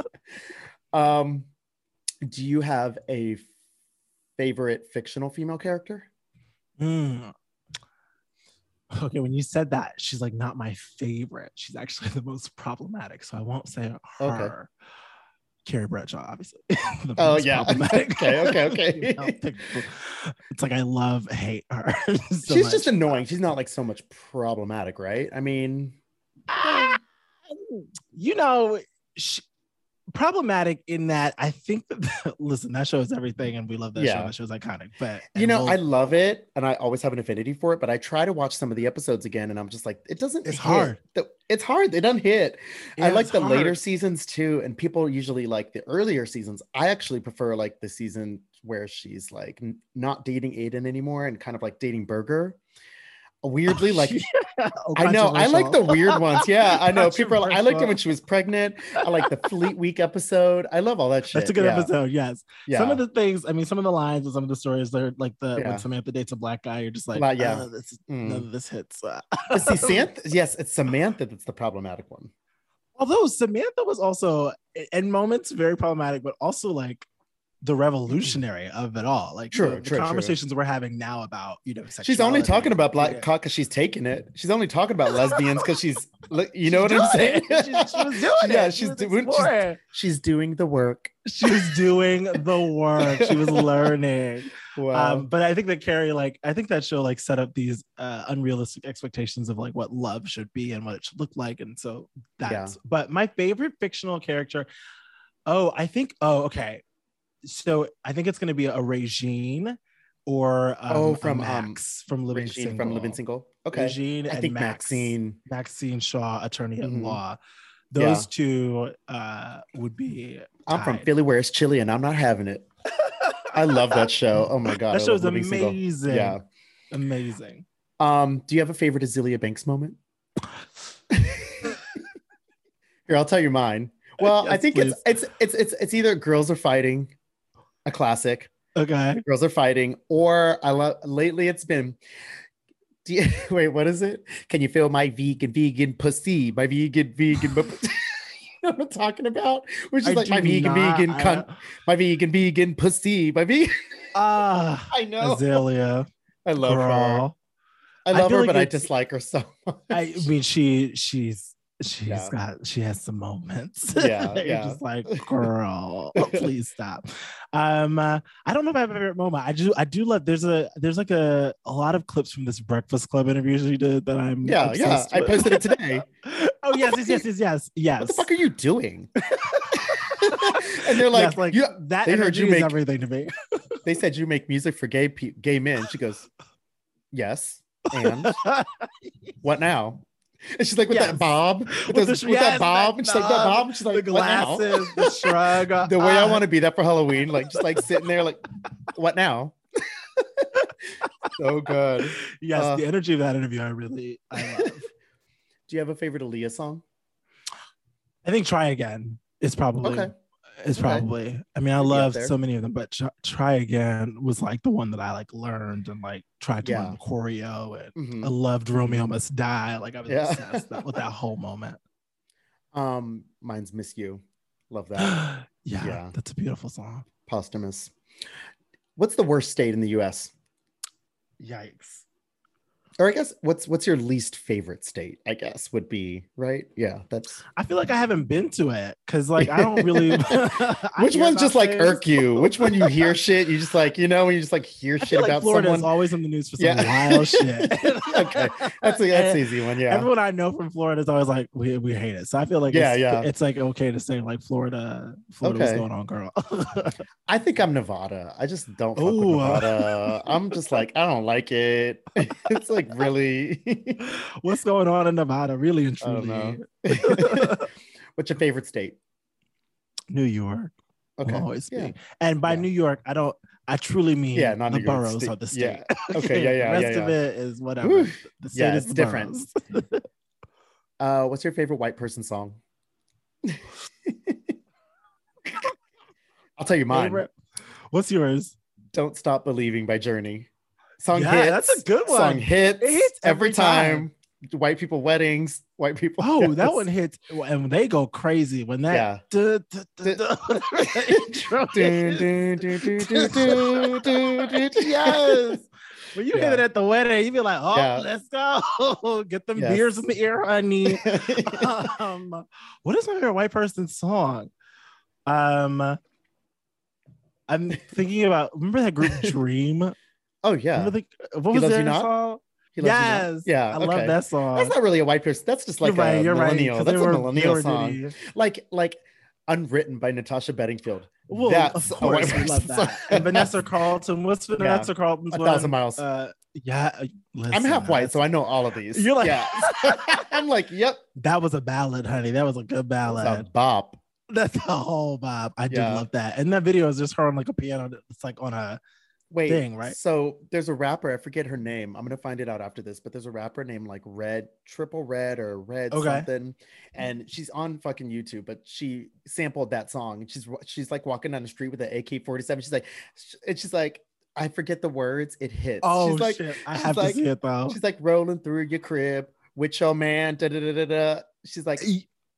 S1: um, do you have a favorite fictional female character?
S2: Mm. Okay, when you said that, she's like not my favorite. She's actually the most problematic, so I won't say her. Carrie Bradshaw, obviously. the
S1: Oh,
S2: most
S1: yeah.
S2: problematic
S1: Okay, okay, okay.
S2: female pickable. it's like I love hate her. so
S1: She's
S2: much.
S1: just annoying. She's not like so much problematic, right? I mean,
S2: Ah, you know, sh problematic in that I think that listen, that show is everything, and we love that
S1: Yeah.
S2: show. That show's iconic, but
S1: you
S2: and
S1: know,
S2: we'll-
S1: I love it, and I always have an affinity for it. But I try to watch some of the episodes again, and I'm just like, it doesn't.
S2: It's
S1: hit.
S2: hard.
S1: The- It's hard. They don't hit.
S2: yeah,
S1: I like
S2: it's
S1: the later
S2: hard.
S1: seasons too, and people usually like the earlier seasons. I actually prefer like the season where she's like n- not dating Aiden anymore and kind of like dating Burger. Weirdly, like
S2: Oh,
S1: I know I like the
S2: controversial.
S1: weird ones. Yeah, I know people. Are, like- I liked it
S2: Controversial.
S1: when she was pregnant. I like the Fleet Week episode. I love all that shit.
S2: That's a good
S1: yeah.
S2: episode. Yes.
S1: Yeah.
S2: Some of the things, I mean, some of the lines and some of the stories, they're like the
S1: Yeah.
S2: when Samantha dates a black guy, you're just like,
S1: Like, yeah.
S2: "Uh, this,
S1: Mm.
S2: none of this hits. Uh,
S1: But See, Samantha, yes, it's Samantha that's the problematic one.
S2: although Samantha was also in moments very problematic, but also like the revolutionary of it all. Like
S1: True,
S2: the, the
S1: true, true.
S2: conversations we're having now about you know
S1: She's only
S2: sexuality.
S1: talking about black
S2: Yeah.
S1: cock because she's taking it. She's only talking about lesbians because she's, li- you know what I'm
S2: Doing
S1: saying?
S2: it. She, she was doing
S1: Yeah,
S2: it.
S1: she's
S2: was
S1: doing- she's-
S2: exploring.
S1: She's doing the work.
S2: She was doing the work. She was learning.
S1: Wow.
S2: Um, but I think that Carrie, like, I think that show like set up these uh, unrealistic expectations of like what love should be and what it should look like, and so that's. But my favorite fictional character, oh, I think, oh, okay, so I think it's gonna be a Regine or um,
S1: Oh,
S2: a
S1: from, um,
S2: Max from Living
S1: Regine from Living Single. Okay.
S2: Regine
S1: I
S2: and
S1: think
S2: Max.
S1: Maxine.
S2: Maxine Shaw, attorney at
S1: Mhm.
S2: law.
S1: Yeah.
S2: Those two uh, would be.
S1: I'm from
S2: tied.
S1: Philly where it's chilly and I'm not having it. I love that show. Oh my God.
S2: That
S1: I
S2: show's
S1: love Living Single.
S2: amazing.
S1: Yeah.
S2: Amazing.
S1: Um, do you have a favorite Azealia Banks moment? Here, I'll tell you mine. Well, I
S2: Uh, Yes,
S1: think it's it's it's it's it's either girls are fighting, a classic.
S2: Okay.
S1: Girls are fighting, or I love lately it's been. Do you, wait, what is it? Can you feel my vegan vegan pussy? My vegan vegan. bu- you know what I'm talking about? Which is
S2: I
S1: like my
S2: do
S1: vegan
S2: not-
S1: vegan
S2: I-
S1: cunt, my vegan vegan pussy, my vegan.
S2: Ah,
S1: I know.
S2: Azalea,
S1: I love her.
S2: girl.
S1: I
S2: I
S1: love
S2: feel
S1: her,
S2: like
S1: but I
S2: it's-
S1: dislike her so much.
S2: I mean, she she's she's
S1: Yeah.
S2: got she has some moments.
S1: Yeah,
S2: that you're
S1: yeah.
S2: Just like girl, please stop. Um, uh, I don't know if I have a favorite moment. I do I do love. There's a there's like a a lot of clips from this Breakfast Club interview she did that I'm
S1: yeah, yeah.
S2: obsessed
S1: I
S2: with.
S1: posted it today.
S2: oh yes, yes, yes, yes, yes, yes.
S1: What the fuck are you doing? and they're like,
S2: yes, like
S1: "You-
S2: that
S1: they heard
S2: interview
S1: you
S2: is
S1: make-
S2: everything to me.
S1: they said you make music for gay pe- gay men. She goes, yes. And what now? And she's like, with
S2: Yes.
S1: that bob, with,
S2: With
S1: those-
S2: the-
S1: with
S2: yes,
S1: that bob,
S2: that uh,
S1: and she's like, that
S2: knob,
S1: bob. And she's like, "What now?"
S2: the glasses, the shrug.
S1: The way I
S2: ah.
S1: want to be that for Halloween, like just like sitting there, like, what now? so good. Do
S2: yes,
S1: Uh,
S2: the energy of that interview, I really, I love.
S1: you have a favorite Aaliyah song?
S2: I think try again is probably
S1: Okay.
S2: is
S1: Okay.
S2: probably. I mean, I
S1: Could be up
S2: love
S1: there.
S2: so many of them, but Tr- Try Again was like the one that I like learned and like tried to
S1: Yeah.
S2: learn choreo and
S1: Mhm.
S2: I loved Romeo Must Die. Like I was
S1: Yeah.
S2: obsessed that- with that whole moment.
S1: Um, mine's Miss You. Love that.
S2: yeah,
S1: Yeah.
S2: that's a beautiful song.
S1: Posthumous. What's the worst state in the US?
S2: Yikes.
S1: Or I guess what's what's your least favorite state, I guess, would be, right? Yeah, that's
S2: I feel like I haven't been to it because like I don't really. I
S1: which
S2: hear
S1: one's just
S2: about
S1: like
S2: things.
S1: irk you? Which one you hear shit? You just like, you know, when you just like hear
S2: I
S1: shit
S2: feel like
S1: about
S2: Florida is
S1: someone.
S2: always in the news for some
S1: Yeah.
S2: wild shit.
S1: Okay, That's a that's an easy one, yeah.
S2: uh, eh, Everyone I know from Florida is always like, we, we hate it. So I feel like
S1: Yeah,
S2: it's,
S1: yeah.
S2: it's like okay to say like Florida, Florida, what's
S1: Okay.
S2: going on, girl?
S1: I think I'm Nevada. I just don't fuck with
S2: Ooh. uh,
S1: Nevada. I'm just like, I don't like it. it's like really
S2: what's going on in Nevada? Really and
S1: I don't
S2: truly.
S1: What's your favorite state?
S2: New York
S1: Okay.
S2: will always
S1: yeah.
S2: be. And by
S1: Yeah.
S2: New York, I don't I truly mean
S1: Yeah, not
S2: the
S1: New York
S2: boroughs
S1: State.
S2: of the state.
S1: Yeah. Okay, yeah, yeah,
S2: the
S1: yeah,
S2: rest of
S1: yeah.
S2: it is whatever.
S1: Whew.
S2: The state
S1: Yeah,
S2: is
S1: it's
S2: the
S1: different.
S2: boroughs.
S1: Uh, what's your favorite white person song? I'll tell you mine.
S2: Favorite- What's yours?
S1: Don't Stop Believing by Journey. Song
S2: Yeah,
S1: hits.
S2: that's a good
S1: Song
S2: one.
S1: hits,
S2: It hits
S1: every,
S2: every
S1: time. White people weddings, white people.
S2: Oh, that
S1: Yes.
S2: one hits and they go crazy when that
S1: Yeah.
S2: duh, duh, duh, duh, whatever that intro
S1: Dun, dun,
S2: is.
S1: dun, dun, dun, dun, dun, dun, dun.
S2: Yes. When you
S1: Yeah.
S2: hit it at the wedding, you be like, oh,
S1: Yeah.
S2: let's go. Get them
S1: Yes.
S2: beers in the ear, honey. um, what is my favorite white person song? Um, I'm thinking about remember that group Dream?
S1: Oh yeah.
S2: Remember the, what
S1: He Loves
S2: was
S1: You
S2: their
S1: Not?
S2: song?
S1: He Loves You Not?
S2: Yes.
S1: Yeah.
S2: I
S1: okay.
S2: love that song.
S1: That's not really a white person. That's just like
S2: you're
S1: a
S2: right, you're
S1: millennial.
S2: right. 'cause
S1: That's
S2: they
S1: a
S2: were- they
S1: millennial
S2: were
S1: song.
S2: nitty.
S1: Like like unwritten by Natasha Bedingfield.
S2: Well,
S1: That's a
S2: of course,
S1: white
S2: we love
S1: person
S2: that.
S1: song.
S2: And Vanessa Carlton. What's Vanessa Carlton's
S1: A
S2: one?
S1: thousand miles.
S2: Uh, yeah, uh,
S1: I'm
S2: listen,
S1: half white,
S2: that's-
S1: so I know all of these.
S2: You're like-
S1: yeah. I'm like, yep.
S2: that was a ballad, honey. That was a good
S1: It's
S2: ballad.
S1: a bop.
S2: That's the whole vibe. I
S1: Yeah.
S2: do love that. And that video is just her on like a piano. It's like on a
S1: Wait,
S2: thing, right?
S1: So there's a rapper, I forget her name. I'm gonna find it out after this, but there's a rapper named like Red Triple Red or Red
S2: Okay.
S1: something, and she's on fucking YouTube. But she sampled that song, and she's wa- she's like walking down the street with an AK-47. She's like, sh- and she's like, I forget the words. It hits.
S2: oh
S1: she's like,
S2: shit. I
S1: she's
S2: have
S1: like-
S2: to see it though.
S1: she's like rolling through your crib with your man. Da da da da da. She's like,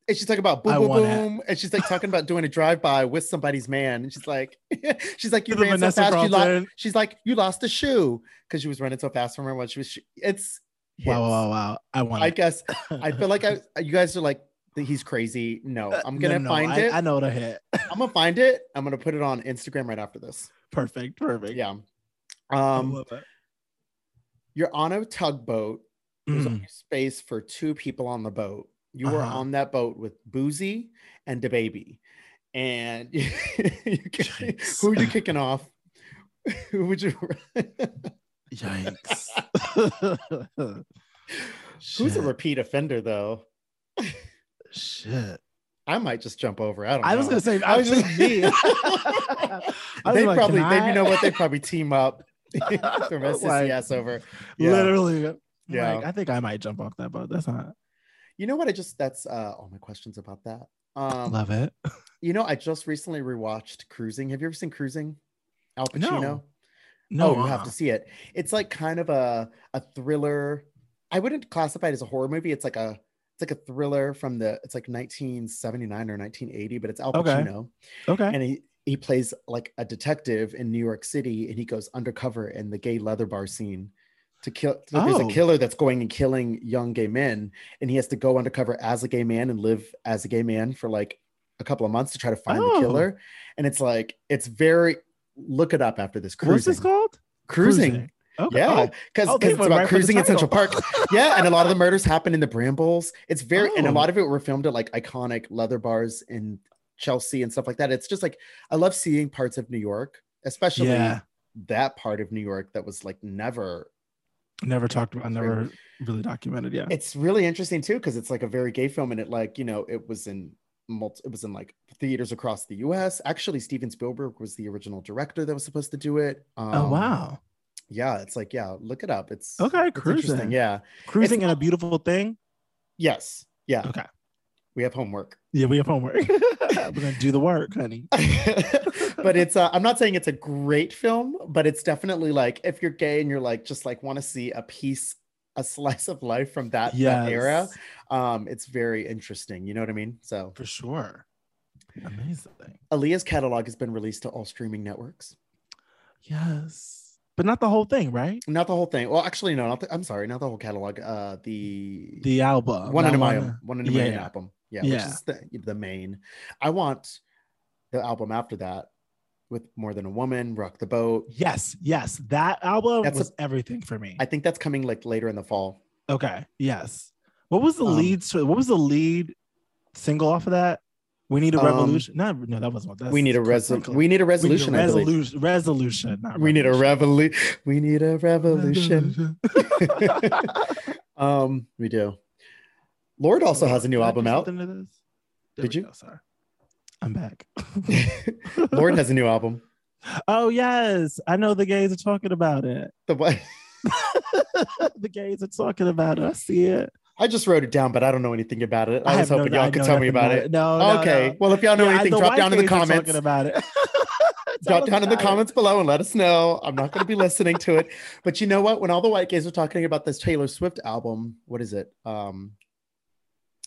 S1: and she's talking about boom
S2: E I
S1: boom
S2: want it.
S1: boom, and she's like talking about doing a drive by with somebody's man, and she's like, she's like, you
S2: The
S1: ran
S2: Vanessa
S1: so fast, you lost.
S2: Carlton.
S1: She's like, you lost a shoe because she was running so fast from her when she was. Sh- it's
S2: Wow,
S1: hits.
S2: wow, wow. I want
S1: I
S2: it.
S1: guess I feel like I. You guys are like that he's crazy. No, I'm
S2: Uh, No,
S1: gonna
S2: no,
S1: find
S2: I,
S1: it.
S2: I
S1: I,
S2: know the hit.
S1: am gonna find it. I'm gonna put it on Instagram right after this.
S2: Perfect, perfect.
S1: Yeah.
S2: I
S1: Um,
S2: love it.
S1: you're on a tugboat. There's
S2: Mm.
S1: only space for two people on the boat. You were
S2: Uh-huh.
S1: on that boat with Boozy and the baby, and you kick-
S2: Yikes.
S1: who are you kicking off? who would you?
S2: Yikes.
S1: Who's a
S2: Shit,
S1: repeat offender though?
S2: shit.
S1: I might just jump over. I don't.
S2: I was
S1: know.
S2: gonna say
S1: I
S2: I
S1: was
S2: was
S1: just-
S2: just me. I was
S1: they
S2: like,
S1: probably,
S2: can
S1: they, you
S2: I?
S1: know what? They probably team up. Throw my sissy
S2: Like-
S1: ass over. Yeah.
S2: Literally. I'm
S1: Yeah.
S2: Like, I think I might jump off that boat. That's not
S1: You know what? I just that's uh, all my questions about that. Um,
S2: love it.
S1: You know, I just recently rewatched Cruising. Have you ever seen Cruising? Al
S2: No. uh-uh.
S1: Pacino.
S2: No,
S1: oh, you have to see it. It's like kind of a a thriller. I wouldn't classify it as a horror movie. It's like a it's like a thriller from the it's like 1979 or 1980, but it's Al
S2: Okay.
S1: Pacino.
S2: uh-huh. Okay.
S1: and he he plays like a detective in New York City, and he goes undercover in the gay leather bar scene to kill. so There's a
S2: Oh.
S1: killer that's going and killing young gay men, and he has to go undercover as a gay man and live as a gay man for like a couple of months to try to find the
S2: Oh.
S1: killer. And it's like it's very look it up after this. Cruising,
S2: What's this called?
S1: cruising,
S2: Okay.
S1: yeah,
S2: Oh,
S1: because
S2: oh, they
S1: it's
S2: went
S1: about
S2: right for the
S1: cruising in Central Park.
S2: title.
S1: yeah, and a lot of the murders happen in the Brambles. It's very and a
S2: Oh.
S1: lot of it were filmed at like iconic leather bars in Chelsea and stuff like that. It's just like I love seeing parts of New York, especially
S2: Yeah.
S1: that part of New York that was like never.
S2: Never talked about. Never really documented. Yeah.
S1: It's really interesting too because it's like a very gay film and it like you know it was in multi, it was in like theaters across the U.S. Actually, Steven Spielberg was the original director that was supposed to do it. Um,
S2: oh wow.
S1: Yeah, it's like yeah, look it up. It's
S2: Okay.
S1: It's interesting.
S2: Cruising.
S1: Yeah.
S2: Cruising and a beautiful thing.
S1: Yes. Yeah.
S2: Okay.
S1: We have homework.
S2: Yeah, we have homework. We're gonna do the work, honey.
S1: but it's uh, I'm not saying it's a great film, but it's definitely like if you're gay and you're like just like want to see a piece, a slice of life from that, that
S2: Yes,
S1: era, um, it's very interesting. You know what I mean? So
S2: for sure. Amazing.
S1: Aaliyah's catalog has been released to all streaming networks.
S2: Yes, but not the whole thing, right?
S1: Not the whole thing. Well, actually, no. Not the, I'm sorry. Not the whole catalog. Uh, the
S2: The album.
S1: one
S2: that
S1: in a mile, one in a
S2: yeah,
S1: million
S2: yeah.
S1: album. Yeah,
S2: Yeah.
S1: which is the, the main. I want the album after that with more than a woman, rock the boat.
S2: Yes, yes, that album
S1: That's a-
S2: was everything for me.
S1: I think that's coming like later in the fall.
S2: okay, yes. What was the
S1: Um,
S2: lead? to- What was the lead single off of that? We need a
S1: Um,
S2: revolution. No, no, that wasn't. That's
S1: we need a resolution.
S2: Sprinkler.
S1: We need a resolution.
S2: We need a
S1: I believe.
S2: resolution. Resolution. not
S1: We need a
S2: revolution.
S1: revolution. We need a revolution. um, we do. Lord also has a new
S2: Can I
S1: album
S2: do
S1: out.
S2: something to this? There
S1: Did
S2: we
S1: you?
S2: go, sorry, I'm back.
S1: Lord has a new album.
S2: Oh yes, I know the gays are talking about it.
S1: The what?
S2: the gays are talking about it. I see it.
S1: I just wrote it down, but I don't know anything about it. I, was
S2: have no-
S1: hoping y'all
S2: I
S1: could
S2: know
S1: tell me
S2: nothing
S1: about it.
S2: No, no,
S1: okay.
S2: no.
S1: Well, if y'all know
S2: Yeah, I-
S1: anything,
S2: the
S1: drop
S2: white
S1: down in the
S2: gays are
S1: comments.
S2: Talking about it. Tell
S1: drop
S2: us
S1: down in the
S2: about it.
S1: comments below and let us know. I'm not going to be listening to it. But you know what? When all the white gays were talking about this Taylor Swift album, what is it? Um,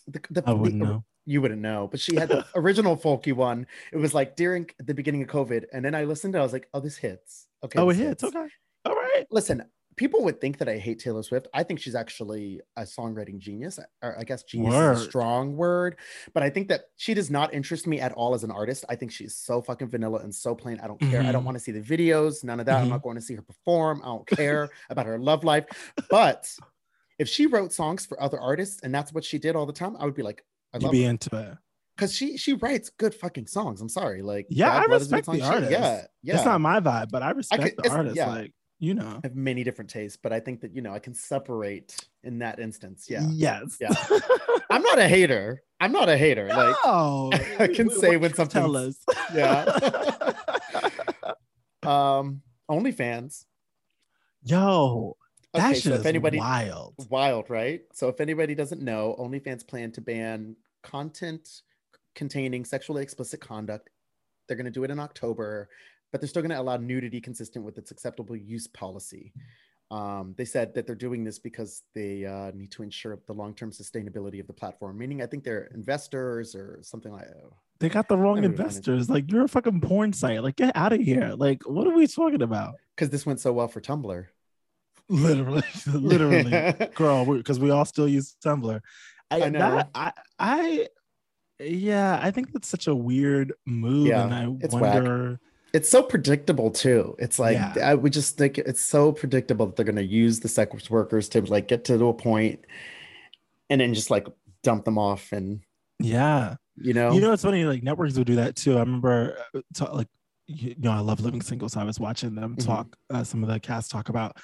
S1: the, the,
S2: I wouldn't
S1: the-
S2: know.
S1: You wouldn't know, but she had the original folky one. It was like during the beginning of COVID, and then I listened. and I was like, "Oh, this hits." Okay.
S2: Oh, it
S1: this
S2: hits. Okay. All right.
S1: Listen, people would think that I hate Taylor Swift. I think she's actually a songwriting genius, or I guess genius is
S2: Word.
S1: a strong word, but I think that she does not interest me at all as an artist. I think she's so fucking vanilla and so plain. I don't care. I don't
S2: Mhm.
S1: want to see the videos, none of that. I'm
S2: Mhm.
S1: not going to see her perform. I don't care about her love life. But if she wrote songs for other artists and that's what she did all the time, I would be like, I
S2: You
S1: love
S2: be into it.
S1: because she she writes good fucking songs. I'm sorry, like
S2: Yeah,
S1: God
S2: I
S1: Let Us Be
S2: respect
S1: Song,
S2: the
S1: she-
S2: artist.
S1: Yeah, yeah.
S2: It's not my vibe, but I respect
S1: could-
S2: the
S1: it's-
S2: artist.
S1: yeah.
S2: Like you know.
S1: I have many different tastes, but I think that you know I can separate in that instance. Yeah,
S2: Yes.
S1: Yeah. I'm not a hater. I'm not a hater. Like,
S2: no.
S1: I can
S2: We- we
S1: say
S2: want
S1: when
S2: you to Tell us.
S1: something's- yeah. um, OnlyFans.
S2: Yo, that
S1: Okay,
S2: shit
S1: so
S2: is
S1: if anybody
S2: wild.
S1: wild, right? So if anybody doesn't know, OnlyFans plan to ban content containing sexually explicit conduct. They're going to do it in October, but they're still going to allow nudity consistent with its acceptable use policy. Um, they said that they're doing this because they uh, need to ensure the long-term sustainability of the platform. Meaning, I think they're investors or something like.
S2: They got the wrong
S1: Everyone is-
S2: investors. Like you're a fucking porn site. Like get out of here. Like what are we talking about?
S1: Because this went so well for Tumblr.
S2: Literally, literally, girl. Because we all still use Tumblr. I,
S1: I know.
S2: that- I, I, yeah. I think that's such a weird move,
S1: Yeah,
S2: and I
S1: it's whack.
S2: wonder.
S1: It's so predictable too. It's like
S2: Yeah.
S1: I would just think it's so predictable that they're gonna use the sex workers to like get to a point and then just like dump them off and
S2: Yeah.
S1: you know,
S2: You know, it's funny. Like networks will do that too. I remember, uh, ta- like, you know, I love Living Single, so I was watching them
S1: Mhm.
S2: talk. Uh, some of the cast talk about.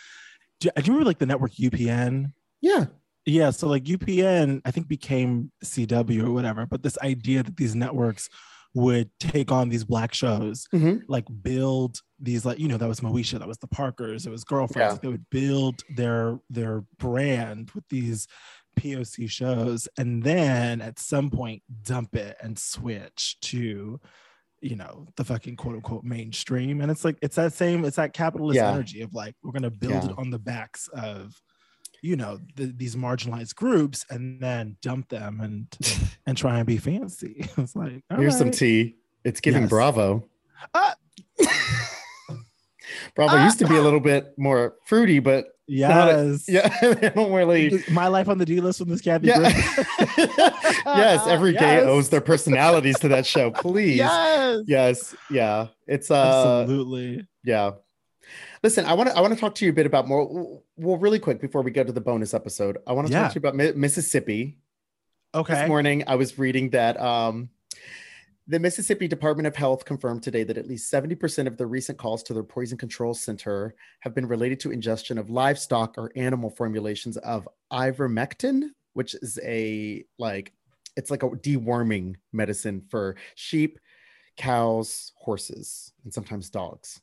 S2: Do, do you remember like the network UPN?
S1: yeah,
S2: Yeah, so like UPN, I think became CW or whatever. But this idea that these networks would take on these black shows,
S1: Mhm.
S2: like build these, like you know, that was Moesha, that was the Parkers, it was
S1: Yeah.
S2: Girlfriends. Like, they would build their their brand with these POC shows, and then at some point dump it and switch to you know the fucking quote unquote mainstream and it's like it's that same it's that capitalist
S1: Yeah.
S2: energy of like we're gonna build
S1: Yeah.
S2: it on the backs of you know the, these marginalized groups and then dump them and and try and be fancy it's like all
S1: here's some
S2: right.
S1: tea. It's giving
S2: Yes.
S1: Bravo.
S2: Ah.
S1: Bravo
S2: Ah.
S1: used to be a little bit more fruity, but not a-
S2: yes
S1: yeah, they don't really
S2: my life on the d list with this Kathy
S1: yeah.
S2: Griffin.
S1: yes, every gay
S2: Yes.
S1: owes their personalities to that show. Please.
S2: yes
S1: Yes, yeah. It's uh
S2: absolutely
S1: Yeah. Listen, I want to I want to talk to you a bit about more. Well, really quick before we go to the bonus episode, I want to
S2: Yeah.
S1: talk to you about Mi- Mississippi.
S2: okay
S1: This morning, I was reading that um, the Mississippi Department of Health confirmed today that at least seventy percent of the recent calls to their poison control center have been related to ingestion of livestock or animal formulations of ivermectin, which is a like it's like a deworming medicine for sheep, cows, horses, and sometimes dogs.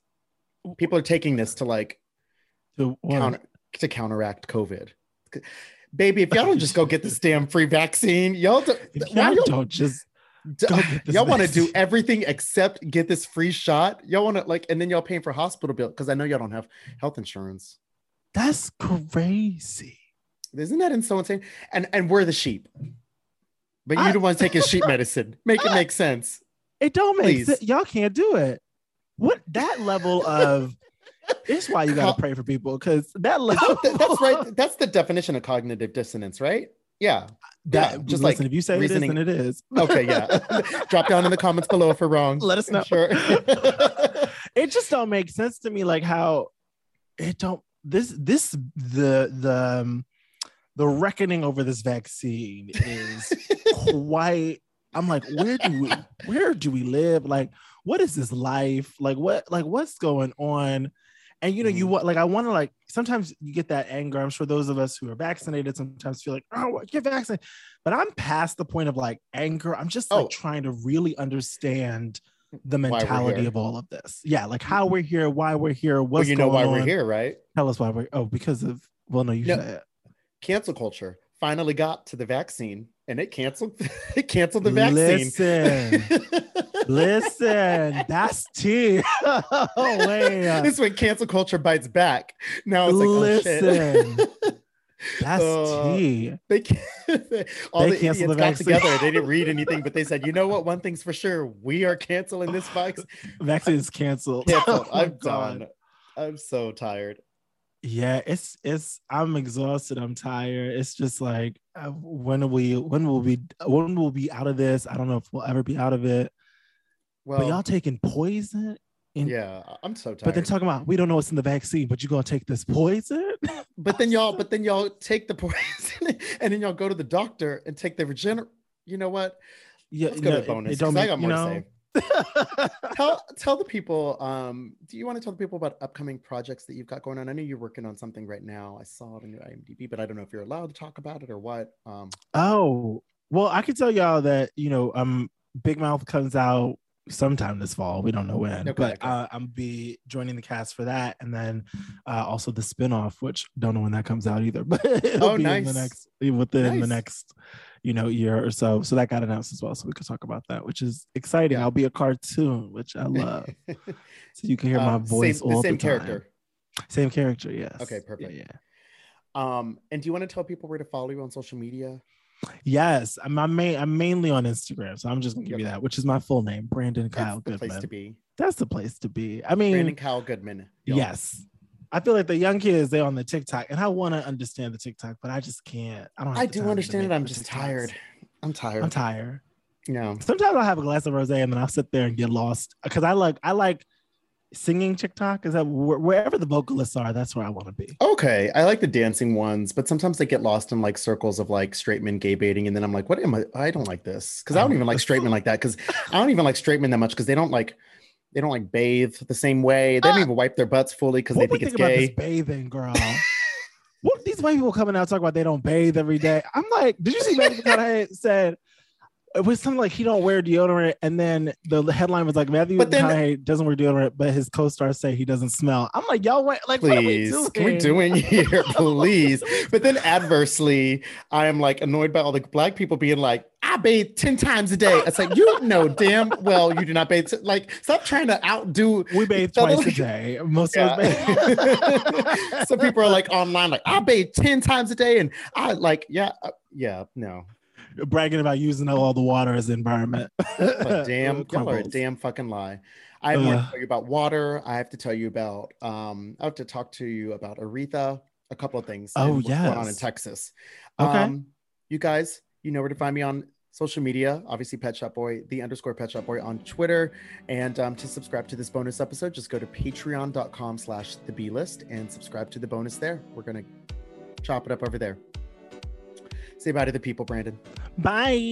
S1: People are taking this to like
S2: So, what?
S1: counter, to counteract COVID. baby, if y'all don't just go get this damn free vaccine, y'all do,
S2: If
S1: why
S2: y'all
S1: y'all,
S2: don't just
S1: d-
S2: go get this
S1: y'all want to
S2: vaccine.
S1: do everything except get this free shot. Y'all want to like, and then y'all paying for hospital bill because I know y'all don't have health insurance.
S2: that's crazy.
S1: Isn't that in so insane? And and we're the sheep, but
S2: I-
S1: you the ones taking sheep medicine. Make it make sense.
S2: It don't make
S1: Please.
S2: sense. Y'all can't do it. What that level of it's why you gotta
S1: Co-
S2: pray for people because that level
S1: That's- that's right. That's the definition of cognitive dissonance, right? Yeah.
S2: That
S1: Yeah, just
S2: listen,
S1: like
S2: if you say
S1: reasoning-
S2: it is, then
S1: Okay.
S2: it is.
S1: Yeah. Drop down in the comments below if we're wrong.
S2: Let us know.
S1: Sure.
S2: it just don't make sense to me, like how it don't this this the the um, the reckoning over this vaccine is quite i'm like where do we where do we live like what is this life like what like what's going on and you know
S1: Mm-hmm.
S2: you want like i want to like sometimes you get that anger i'm sure those of us who are vaccinated sometimes feel like oh get vaccinated but i'm past the point of like anger i'm just like
S1: Oh.
S2: trying to really understand the
S1: we're
S2: mentality
S1: here.
S2: of all of this yeah like how we're here why we're here what's
S1: well, you know
S2: going
S1: why
S2: on.
S1: we're here, right?
S2: tell us why we're oh because of well no you
S1: No.
S2: said it.
S1: Cancel culture finally got to the vaccine, and it canceled. it canceled the vaccine.
S2: Listen, listen, that's tea. oh, man.
S1: this when cancel culture bites back. Now it's like,
S2: Listen.
S1: oh shit.
S2: That's
S1: Uh,
S2: tea.
S1: they can- all
S2: They
S1: the idiots
S2: canceled the
S1: got
S2: vaccine.
S1: together. They didn't read anything, but they said, you know what? One thing's for sure, we are canceling this vaccine.
S2: Vaccine is canceled.
S1: Canceled.
S2: Oh, my
S1: I'm
S2: God.
S1: done. I'm so tired.
S2: Yeah, it's it's I'm exhausted. I'm tired. It's just like uh, when are we when will we when will we be out of this? I don't know if we'll ever be out of it. but y'all
S1: Well,
S2: taking poison? in-
S1: yeah, I- I'm so tired.
S2: But then talking about we don't know what's in the vaccine, but you're gonna take this poison?
S1: But then y'all, but then y'all take the poison and then y'all go to the doctor and take the regener. You know what?
S2: Yeah,
S1: Let's go
S2: no,
S1: to bonus.
S2: It, it don't
S1: 'cause I
S2: make-
S1: got
S2: you
S1: more
S2: know?
S1: to say. Tell tell the people. Um, do you want to tell the people about upcoming projects that you've got going on? I know you're working on something right now. I saw it on your IMDb, but I don't know if you're allowed to talk about it or what. Um,
S2: Oh, well, I can tell y'all that, you know, um Big Mouth comes out sometime this fall. We don't know when,
S1: Okay,
S2: but
S1: okay.
S2: Uh, I'm be joining the cast for that and then uh also the spin-off, which don't know when that comes out either, but it'll
S1: Oh,
S2: be in
S1: nice.
S2: the next within the
S1: Nice.
S2: next you know year or so. So that got announced as well, so we could talk about that, which is exciting.
S1: Yeah.
S2: I'll be a cartoon, which I love. so you can hear my
S1: um,
S2: voice
S1: same,
S2: all
S1: the
S2: the
S1: same
S2: time.
S1: character.
S2: Same character, yes.
S1: Okay,
S2: Yeah,
S1: perfect.
S2: yeah.
S1: Um, and do you want to tell people where to follow you on social media?
S2: Yes, I'm I'm, main, I'm mainly on Instagram, so I'm just gonna give you
S1: Okay.
S2: that, which is my full name, Brandon Kyle
S1: That's the place to
S2: Goodman.
S1: be.
S2: That's the place to be. I mean,
S1: Brandon Kyle Goodman. y'all.
S2: yes, I feel like the young kids they on the TikTok, and I want to understand the TikTok, but I just can't. I don't. have
S1: I
S2: the
S1: do
S2: time to
S1: understand it.
S2: make
S1: I'm
S2: the
S1: just
S2: TikToks.
S1: tired. I'm tired.
S2: I'm tired.
S1: Yeah.
S2: Sometimes I'll have a glass of rosé and then I'll sit there and get lost because I like I like singing TikTok. Is that where wherever the vocalists are, that's where I want to be.
S1: Okay, I like the dancing ones, but sometimes they get lost in like circles of like straight men gay baiting, and then I'm like, what am I? I don't like this because I
S2: Oh.
S1: don't even like straight men like that because I don't even like straight men that much because they don't like they don't like bathe the same way. They don't even wipe their butts fully because they
S2: Ah. What we
S1: think it's
S2: think about this
S1: gay.
S2: bathing, girl? what these white people coming out talking about they don't bathe every day? I'm like, did you see Matthew McConaughey said it was something like he don't wear deodorant, and then the headline was like Matthew
S1: But then-
S2: McConaughey doesn't wear deodorant, but his co-stars say he doesn't smell. I'm like, y'all, wait, like, what are we
S1: Please,
S2: doing?
S1: what are we doing here? Please. But then adversely, I am like annoyed by all the black people being like, I bathe 10 times a day. It's like, you know, damn well, you do not bathe. t- Like, stop trying to outdo
S2: We bathe
S1: Totally.
S2: twice a day. Most of us
S1: Yeah.
S2: bathe.
S1: Some people are like online, like I bathe ten times a day, and I like, yeah, uh, yeah, no,
S2: bragging about using all the water as environment.
S1: but damn, y'all are a
S2: Crumbles.
S1: damn fucking lie. I have more to
S2: Ugh.
S1: tell you about water. I have to tell you about. Um, I have to talk to you about Aretha. A couple of things. and
S2: Oh,
S1: what's going on in
S2: yes.
S1: Texas.
S2: Okay.
S1: Um, you guys, you know where to find me on social media. Obviously, Pet Shop Boy, the underscore Pet Shop Boy on Twitter. And um, to subscribe to this bonus episode, just go to patreon.com slash the B list and subscribe to the bonus there. We're going to chop it up over there. Say bye to the people, Brandon.
S2: Bye.